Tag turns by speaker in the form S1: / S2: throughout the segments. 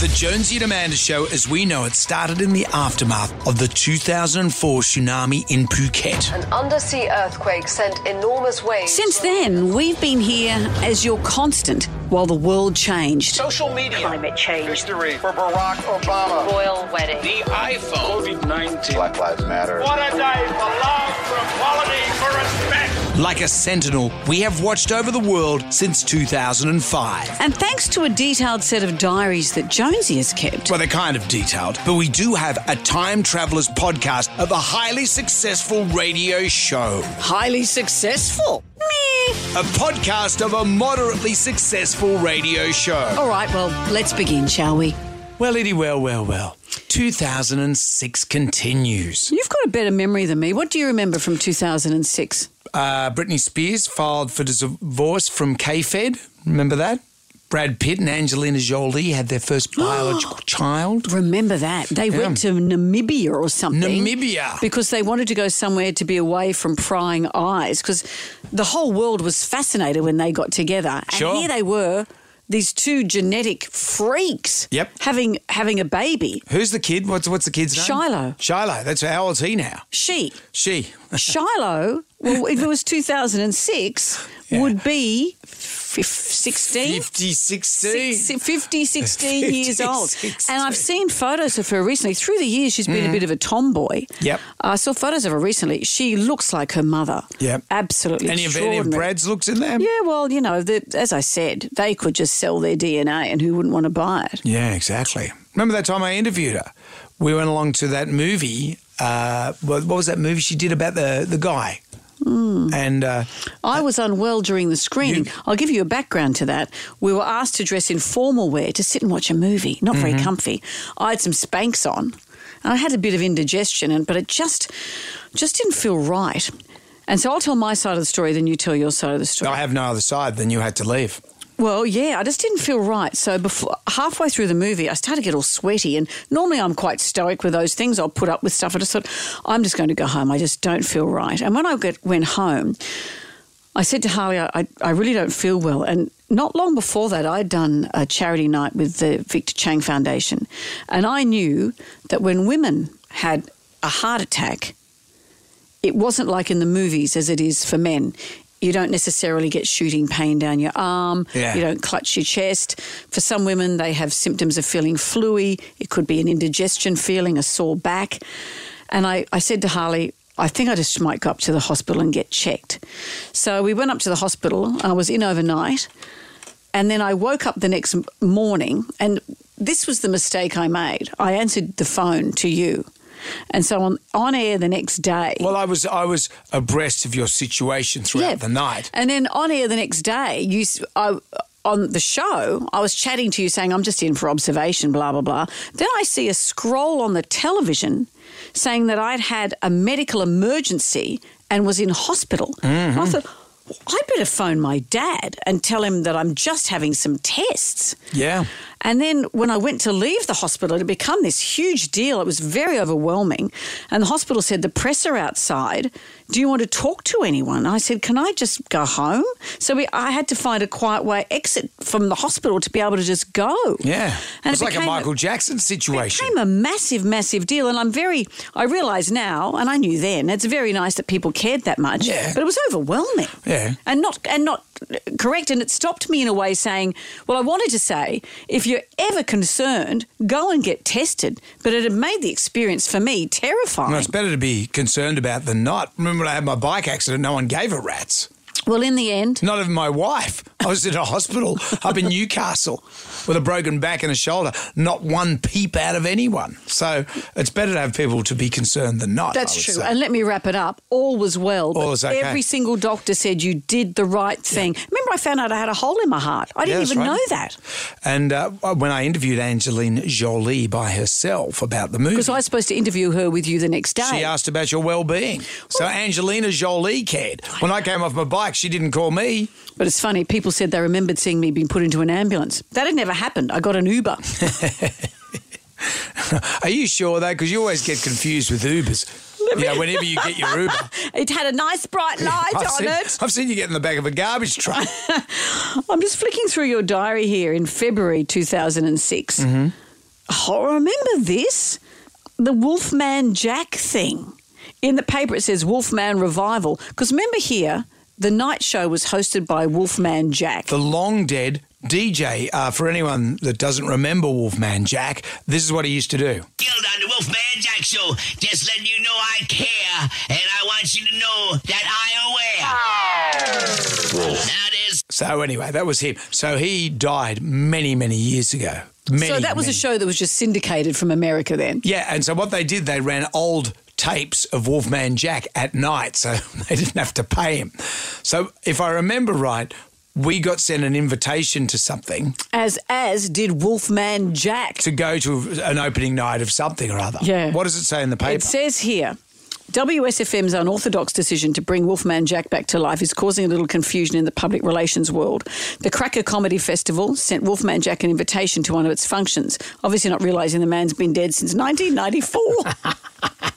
S1: The Jonesy and Amanda Show, as we know it, started in the aftermath of the 2004 tsunami in Phuket.
S2: An undersea earthquake sent enormous waves.
S3: Since then, we've been here as your constant while the world changed.
S4: Social media.
S5: Climate change.
S4: History for Barack Obama.
S5: Royal wedding.
S4: The iPhone. COVID 19.
S6: Black Lives Matter.
S4: What a day for love, for equality, for respect.
S1: Like a sentinel, we have watched over the world since 2005.
S3: And thanks to a detailed set of diaries that Jonesy has kept,
S1: Well, they're kind of detailed, but we do have a time travelers podcast of a highly successful radio show.
S3: highly successful. Meh.
S1: A podcast of a moderately successful radio show.
S3: All right, well, let's begin, shall we?
S1: Well, Eddie, well, well, well. 2006 continues.
S3: You've got a better memory than me. What do you remember from 2006?
S1: Uh, Britney Spears filed for divorce from KFed. Remember that? Brad Pitt and Angelina Jolie had their first biological child.
S3: Remember that. They went to Namibia or something.
S1: Namibia.
S3: Because they wanted to go somewhere to be away from prying eyes, because the whole world was fascinated when they got together. And
S1: Sure.
S3: here they were, these two genetic freaks
S1: Yep.
S3: having having a baby.
S1: Who's the kid? What's what's the kid's name?
S3: Shiloh.
S1: Shiloh. That's how old's he now?
S3: She.
S1: She.
S3: Shiloh, well, if it was 2006,
S1: Yeah.
S3: would be fif- 16?
S1: 50, 60.
S3: Six, 50, 16 years
S1: 50,
S3: old.
S1: 16.
S3: And I've seen photos of her recently. Through the years, she's been a bit of a tomboy.
S1: Mm. Yep.
S3: I saw photos of her recently. She looks like her mother.
S1: Yep.
S3: Absolutely
S1: Any of any
S3: extraordinary.
S1: of Brad's looks in there?
S3: Yeah, well, you know, the, as I said, they could just sell their DNA and who wouldn't want to buy it?
S1: Yeah, exactly. Remember that time I interviewed her? We went along to that movie. Uh, what, what was that movie she did about the the guy?
S3: Hmm.
S1: And uh,
S3: I was unwell during the screening. I'll give you a background to that. We were asked to dress in formal wear to sit and watch a movie. Not very comfy. I had some spanks on, and I had a bit of indigestion, and but it just just didn't feel right. And so I'll tell my side of the story, then you tell your side of the story.
S1: I have no other side. Then you had to leave.
S3: Well, yeah, I just didn't feel right. So before halfway through the movie, I started to get all sweaty. And normally I'm quite stoic with those things. I'll put up with stuff. I just thought, I'm just going to go home. I just don't feel right. And when I get, went home, I said to Harley, I, I- I really don't feel well. And not long before that, I'd done a charity night with the Victor Chang Foundation. And I knew that when women had a heart attack, it wasn't like in the movies as it is for men. You don't necessarily get shooting pain down your arm.
S1: Yeah.
S3: You don't clutch your chest. For some women, they have symptoms of feeling fluey. It could be an indigestion feeling, a sore back. And I, I said to Harley, I think I just might go up to the hospital and get checked. So we went up to the hospital. I was in overnight. And then I woke up the next m- morning, and this was the mistake I made. I answered the phone to you. And so on, on air the next day.
S1: Well, I was I was abreast of your situation throughout the night.
S3: And then on air the next day, you, s- I, on the show, I was chatting to you saying, I'm just in for observation, blah, blah, blah. Then I see a scroll on the television saying that I'd had a medical emergency and was in hospital.
S1: Mm-hmm.
S3: And I thought, "Well, I better phone my dad and tell him that I'm just having some tests.
S1: Yeah.
S3: And then when I went to leave the hospital, it had become this huge deal. It was very overwhelming. And the hospital said, The press are outside. Do you want to talk to anyone? I said, Can I just go home? So we, I had to find a quiet way exit from the hospital to be able to just go.
S1: Yeah.
S3: And
S1: it's
S3: it
S1: like a
S3: became
S1: Michael Jackson situation.
S3: became a massive, massive deal. And I'm very, I realise now, and I knew then, it's very nice that people cared that much.
S1: Yeah.
S3: But it was overwhelming.
S1: Yeah.
S3: And not, and not correct. And it stopped me in a way saying, well, I wanted to say, if you're ever concerned, go and get tested. But it had made the experience for me terrifying.
S1: Well, it's better to be concerned about than not. Remember when I had my bike accident, no one gave a rat's.
S3: well, in the end,
S1: Not even my wife. I was in a hospital up in Newcastle with a broken back and a shoulder. Not one peep out of anyone. So it's better to have people to be concerned than not. I
S3: That's
S1: would
S3: true.
S1: say.
S3: And let me wrap it up. All was well. but
S1: All is okay.
S3: Every single doctor said you did the right thing. Remember, I found out I had a hole in my heart. I
S1: Yeah,
S3: didn't
S1: that's
S3: even
S1: right.
S3: know that.
S1: And uh, when I interviewed Angeline Jolie by herself about the movie,
S3: Because I was supposed to interview her with you the next day.
S1: she asked about your well-being. So Angelina Jolie cared. When I came off my bike, she didn't call me.
S3: But it's funny, people said they remembered seeing me being put into an ambulance. That had never happened. I got an Uber.
S1: Are you sure though? Because you always get confused with Ubers. You know, whenever you get your Uber,
S3: it had a nice bright light
S1: I've,
S3: on
S1: seen,
S3: it.
S1: I've seen you get in the back of a garbage truck. Mm-hmm.
S3: I'm just flicking through your diary here in February 2006. oh, remember this? The Wolfman Jack thing. In the paper, it says Wolfman Revival. Because remember here, the night show was hosted by Wolfman Jack.
S1: the long dead DJ. Uh, for anyone that doesn't remember Wolfman Jack, this is what he used to do.
S5: Guild on the Wolfman Jack Show. Just letting you know I care, and I want you to know that I am aware. That is
S1: So anyway, that was him. So he died many, many years ago. Many,
S3: so that was
S1: many.
S3: a show that was just syndicated from America then.
S1: Yeah, and so what they did, they ran old tapes of Wolfman Jack at night, so they didn't have to pay him. So if I remember right, we got sent an invitation to something
S3: As as did Wolfman Jack.
S1: to go to an opening night of something or other.
S3: Yeah.
S1: What does it say in the paper?
S3: It says here. WSFM's unorthodox decision to bring Wolfman Jack back to life is causing a little confusion in the public relations world. The Cracker Comedy Festival sent Wolfman Jack an invitation to one of its functions, obviously not realising the man's been dead since 1994.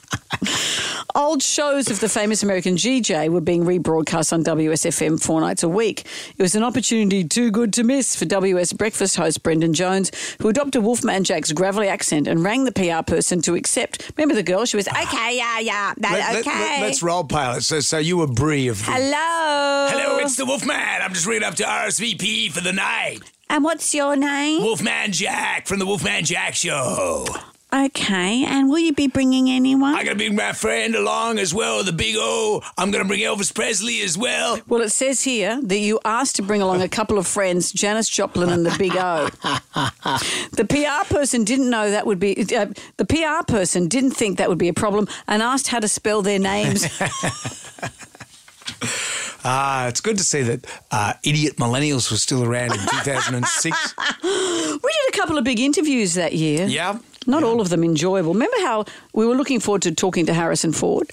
S3: Old shows of the famous American GJ were being rebroadcast on WSFM four nights a week. It was an opportunity too good to miss for WS breakfast host Brendan Jones, who adopted Wolfman Jack's gravelly accent and rang the PR person to accept. Remember the girl? She was, okay, yeah, yeah, that,
S1: Let,
S3: okay.
S1: us role play it. So, so you were Brie of the.
S3: Hello.
S1: Hello, it's the Wolfman. I'm just ringing up to RSVP for the night.
S3: and what's your name?
S1: Wolfman Jack from the Wolfman Jack Show.
S3: Okay, and will you be bringing anyone?
S1: I'm gonna bring my friend along as well, the big O. I'm gonna bring Elvis Presley as well.
S3: Well, it says here that you asked to bring along a couple of friends, Janice Joplin and the Big O. the PR person didn't know that would be. Uh, the PR person didn't think that would be a problem and asked how to spell their names.
S1: Ah, it's good to see that uh, idiot millennials were still around in 2006.
S3: we did a couple of big interviews that year.
S1: yeah.
S3: Not all of them enjoyable. Remember how we were looking forward to talking to Harrison Ford?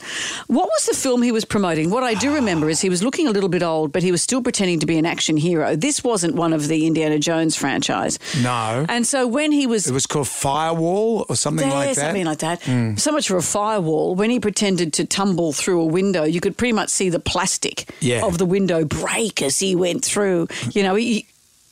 S3: What was the film he was promoting? What I do remember is he was looking a little bit old, but he was still pretending to be an action hero. This wasn't one of the Indiana Jones franchise.
S1: No.
S3: And so when he was
S1: It was called Firewall or something
S3: yeah,
S1: like that. Hmm.
S3: something like that. So much for a firewall. When he pretended to tumble through a window, you could pretty much see the plastic
S1: Yeah.
S3: of the window break as he went through. You know, he,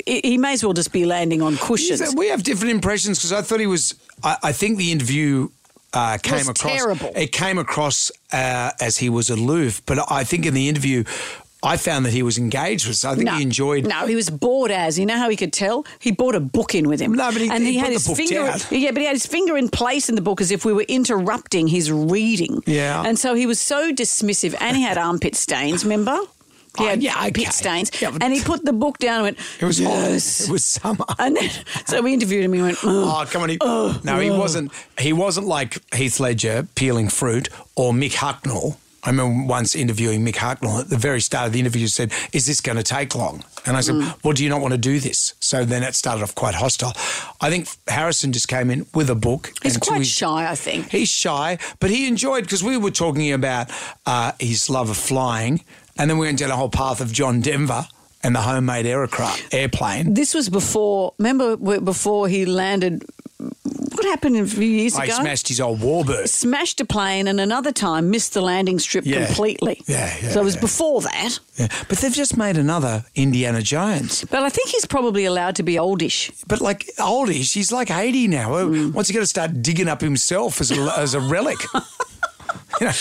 S3: he he may as well just be landing on cushions.
S1: Is that- we have different impressions because I thought he was. I, I think the interview uh, came
S3: Was
S1: across
S3: terrible.
S1: It came across uh, as he was aloof, but I think in the interview, I found that he was engaged with. So I think he enjoyed.
S3: No, he was bored as. You know how he could tell? He brought a book in with him.
S1: No, but he-
S3: and
S1: he
S3: had
S1: put the
S3: his
S1: book
S3: finger.
S1: down.
S3: Yeah, but he had his finger in place in the book as if we were interrupting his reading.
S1: Yeah.
S3: And so he was so dismissive, and he had armpit stains. Remember? He
S1: Oh,
S3: had
S1: yeah,
S3: armpit
S1: okay.
S3: stains,
S1: Yeah, but-
S3: and he put the book down and went.
S1: It was
S3: yes.
S1: It was summer.
S3: And then, so we interviewed him. He went, "Mm."
S1: Oh come on! He, no,
S3: oh.
S1: he wasn't. He wasn't like Heath Ledger peeling fruit or Mick Hucknall. I remember once interviewing Mick Hucknall at the very start of the interview. Said, "Is this going to take long?" And I said,
S3: Mm.
S1: "Well, do you not want to do this?" So then it started off quite hostile. I think Harrison just came in with a book.
S3: he's
S1: and to
S3: quite
S1: his-
S3: shy, I think.
S1: He's shy, but he enjoyed because we were talking about uh, his love of flying, and then we went down a whole path of John Denver and the homemade aircraft airplane.
S3: This was before. Remember w- before he landed. What happened a few years
S1: I
S3: ago?
S1: smashed his old warbird.
S3: smashed a plane and another time missed the landing strip
S1: Yeah.
S3: completely.
S1: Yeah, yeah,
S3: so it was
S1: yeah.
S3: before that.
S1: Yeah, but they've just made another Indiana Jones.
S3: But I think he's probably allowed to be oldish.
S1: But like oldish, he's like eighty now. What's he going to start digging up himself as a, as a relic? You know,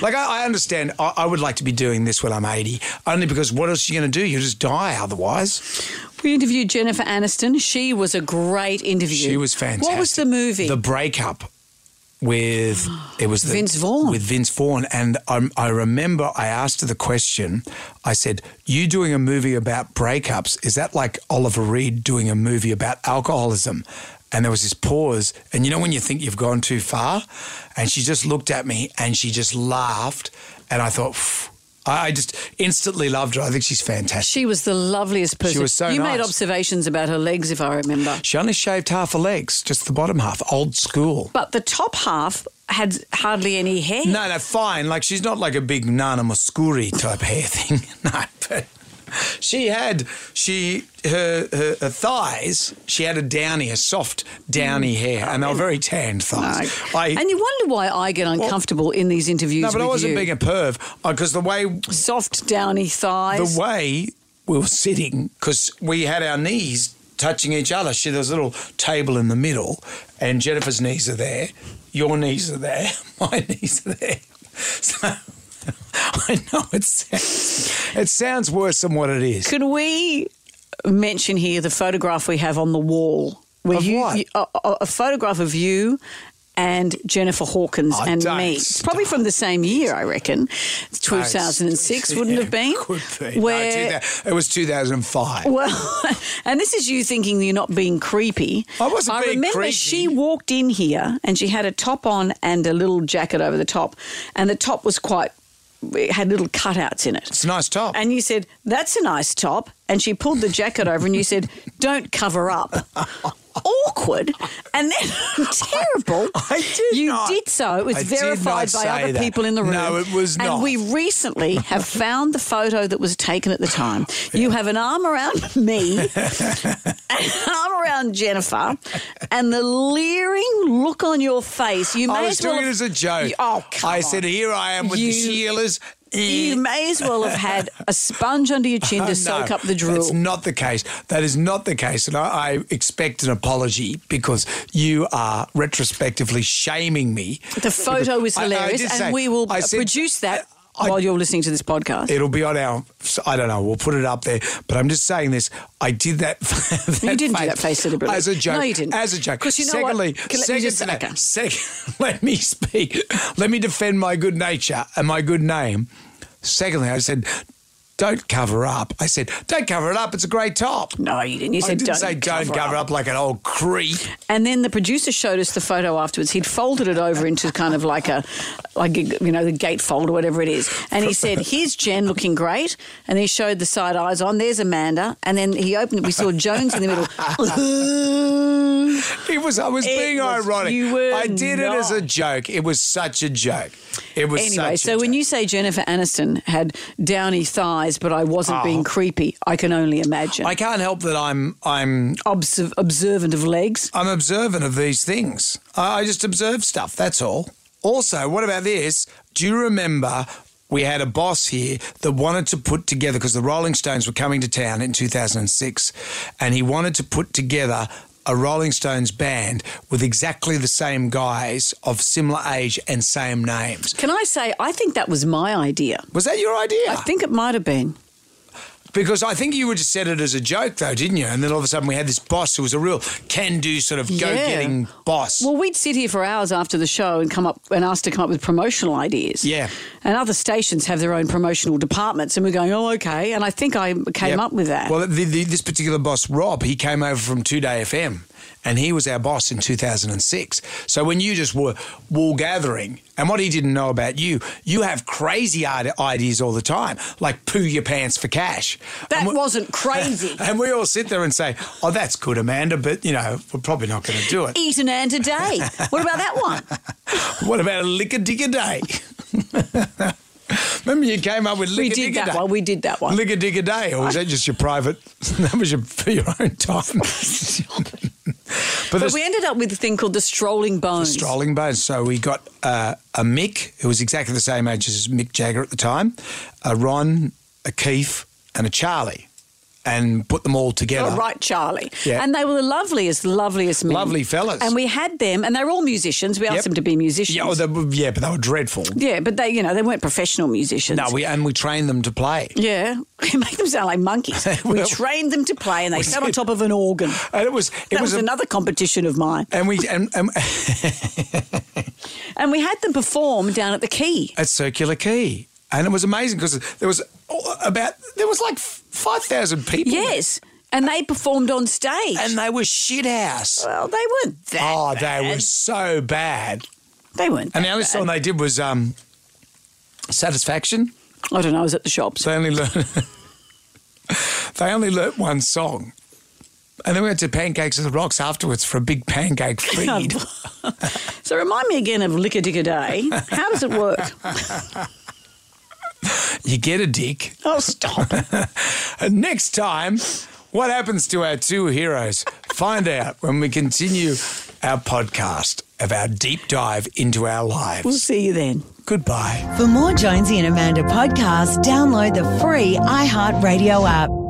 S1: like I, I understand, I, I would like to be doing this when I'm eighty, only because what else are you going to do? You just die otherwise.
S3: We interviewed Jennifer Aniston. She was a great interview.
S1: She was fantastic.
S3: What was the movie?
S1: The breakup with it was the,
S3: Vince Vaughn.
S1: with Vince Vaughn, and I, I remember I asked her the question. I said, "You doing a movie about breakups? Is that like Oliver Reed doing a movie about alcoholism?" And there was this pause, and you know when you think you've gone too far, and she just looked at me and she just laughed, and I thought. "Phew." I I just instantly loved her. I think she's fantastic.
S3: she was the loveliest person.
S1: was so
S3: you made
S1: nice.
S3: observations about her legs, if I remember.
S1: She only shaved half her legs, just the bottom half, old school.
S3: But the top half had hardly any hair.
S1: No, no, fine. Like she's not like a big Nana Muscuri type hair thing. no, but she had she her, her her thighs. She had a downy, a soft downy hair, and they were very tanned thighs. I,
S3: and you wonder why I get uncomfortable in these interviews.
S1: no, but I
S3: with
S1: wasn't
S3: you.
S1: being a perv because the way
S3: soft, downy thighs.
S1: the way we were sitting because we had our knees touching each other. She, there's a little table in the middle, and Jennifer's knees are there, your knees are there, my knees are there. So I know it sounds, it sounds worse than what it is.
S3: Could we mention here the photograph we have on the wall? Where
S1: Of
S3: you,
S1: what?
S3: you- a, a- a photograph of you and Jennifer Hawkins
S1: Oh,
S3: and
S1: don't
S3: me. It's probably from the same year, I reckon. It's 2006 wouldn't
S1: Yeah,
S3: have been.
S1: Could be.
S3: Where,
S1: no, 2000 it was 2005.
S3: Well, and this is you thinking you're not being creepy.
S1: I wasn't
S3: I
S1: being
S3: remember
S1: creepy.
S3: she walked in here and she had a top on and a little jacket over the top, and the top was quite it had little cutouts in it.
S1: it's a nice top.
S3: And you said, "That's a nice top," and she pulled the jacket over, and you said, "Don't cover up." Awkward, and then terrible.
S1: I did
S3: You
S1: not.
S3: did so. It was
S1: I did
S3: verified
S1: not
S3: by
S1: say
S3: other
S1: that.
S3: people in the room.
S1: No, it was not.
S3: And we recently have found the photo that was taken at the time. You have an arm around me, an arm around Jennifer, and the leering look on your face. You may
S1: I was
S3: as well
S1: doing it
S3: have-
S1: as a joke.
S3: You- oh, come
S1: I
S3: on.
S1: said, here I am with the
S3: You-
S1: Sheilas.
S3: You may as well have had a sponge under your chin to
S1: Oh,
S3: soak
S1: no,
S3: up the drool.
S1: That's not the case. That is not the case. And I, I expect an apology because you are retrospectively shaming me.
S3: the photo was
S1: I- I
S3: hilarious,
S1: did
S3: and
S1: say-
S3: we will
S1: I said-
S3: produce that
S1: I-
S3: while you're listening to this podcast.
S1: It'll be on our, I don't know, we'll put it up there. But I'm just saying this. I did that. that
S3: You didn't do that face deliberately.
S1: As a joke.
S3: No, you didn't.
S1: As a joke.
S3: 'Cause you know what?
S1: secondly,
S3: Can- let me
S1: second,
S3: just-
S1: to that-
S3: okay.
S1: second, let me speak. Let me defend my good nature and my good name. Secondly, I said, don't cover up. I said, don't cover it up. It's a great top.
S3: no, you didn't. You
S1: I
S3: said
S1: didn't
S3: don't,
S1: say don't cover, up. like an old creep.
S3: And then the producer showed us the photo afterwards. He'd folded it over into kind of like a, like a, you know, the gatefold or whatever it is. And he said, "Here's Jen looking great." And he showed the side eyes on. There's Amanda. And then he opened it. We saw Jones in the middle.
S1: It was I was
S3: It
S1: being
S3: was-
S1: ironic.
S3: you were
S1: I did it as a
S3: not.
S1: joke. It was such a joke. It was
S3: Anyway,
S1: such
S3: so
S1: a
S3: when
S1: joke.
S3: you say Jennifer Aniston had downy thighs, but I wasn't being creepy, I can only imagine.
S1: I can't help that I'm I'm
S3: Obs- observant of legs.
S1: I'm observant of these things. I, I just observe stuff. That's all. Also, what about this? Do you remember? We had a boss here that wanted to put together because the Rolling Stones were coming to town in 2006, and he wanted to put together a Rolling Stones band with exactly the same guys of similar age and same names.
S3: Can I say, I think that was my idea.
S1: Was that your idea?
S3: I think it might have been.
S1: Because I think you would just said it as a joke, though, didn't you? And then all of a sudden we had this boss who was a real can-do sort of go-getting boss.
S3: Well, we'd sit here for hours after the show and come up and ask to come up with promotional ideas.
S1: Yeah.
S3: And other stations have their own promotional departments, and we're going, oh, okay. And I think I came
S1: Yep.
S3: up with that.
S1: Well, the, the, this particular boss, Rob, he came over from Two Day FM, and he was our boss in 2006. So when you just were wall gathering, and what he didn't know about you, you have crazy ide- ideas all the time, like poo your pants for cash.
S3: that
S1: And we-
S3: wasn't crazy.
S1: And we all sit there and say, "Oh, that's good, Amanda," but you know, we're probably not going to do it.
S3: Eat an ant a day. What about that one?
S1: What about a lick a dick a day? Remember, you came up with
S3: We
S1: lick a
S3: did
S1: dick a
S3: that
S1: day.
S3: one. We did that one.
S1: Lick a dick a day, or was that just your private? That was your for your own time. but
S3: But
S1: the
S3: we ended up with a thing called the strolling bones.
S1: strolling bones. So we got uh, a Mick who was exactly the same age as Mick Jagger at the time, a Ron, a Keith, and a Charlie, and put them all together.
S3: Oh, right, Charlie.
S1: Yeah.
S3: And they were the loveliest, loveliest men.
S1: Lovely fellas.
S3: And we had them, and they were all musicians. We asked
S1: Yep.
S3: them to be musicians.
S1: Yeah, oh, they were- yeah, but they were dreadful.
S3: yeah, but they, you know, they weren't professional musicians.
S1: No, we and we trained them to play.
S3: Yeah, we make them sound like monkeys. we
S1: Well-
S3: trained them to play, and they sat on
S1: did.
S3: top of an organ.
S1: And it was it
S3: That was,
S1: a-
S3: another competition of mine.
S1: and we and, and
S3: And we had them perform down at the Key.
S1: at Circular Quay, and it was amazing because there was oh, about there was like five thousand people.
S3: Yes, and they performed on stage.
S1: and they were shit house.
S3: well, they weren't that.
S1: Oh,
S3: bad.
S1: they were so bad.
S3: They weren't.
S1: And
S3: that
S1: the only song
S3: bad.
S1: they did was um, Satisfaction.
S3: I don't know. I was at the shops.
S1: They only learned they only learnt one song. And then we went to Pancakes and the Rocks afterwards for a big pancake feed.
S3: So remind me again of Lick a Dick a Day. How does it work?
S1: you get a dick.
S3: Oh, stop.
S1: And next time, what happens to our two heroes? Find out when we continue our podcast of our deep dive into our
S3: We'll
S1: lives.
S3: see you then.
S1: Goodbye.
S6: For more Jonesy and Amanda podcasts, download the free iHeartRadio app.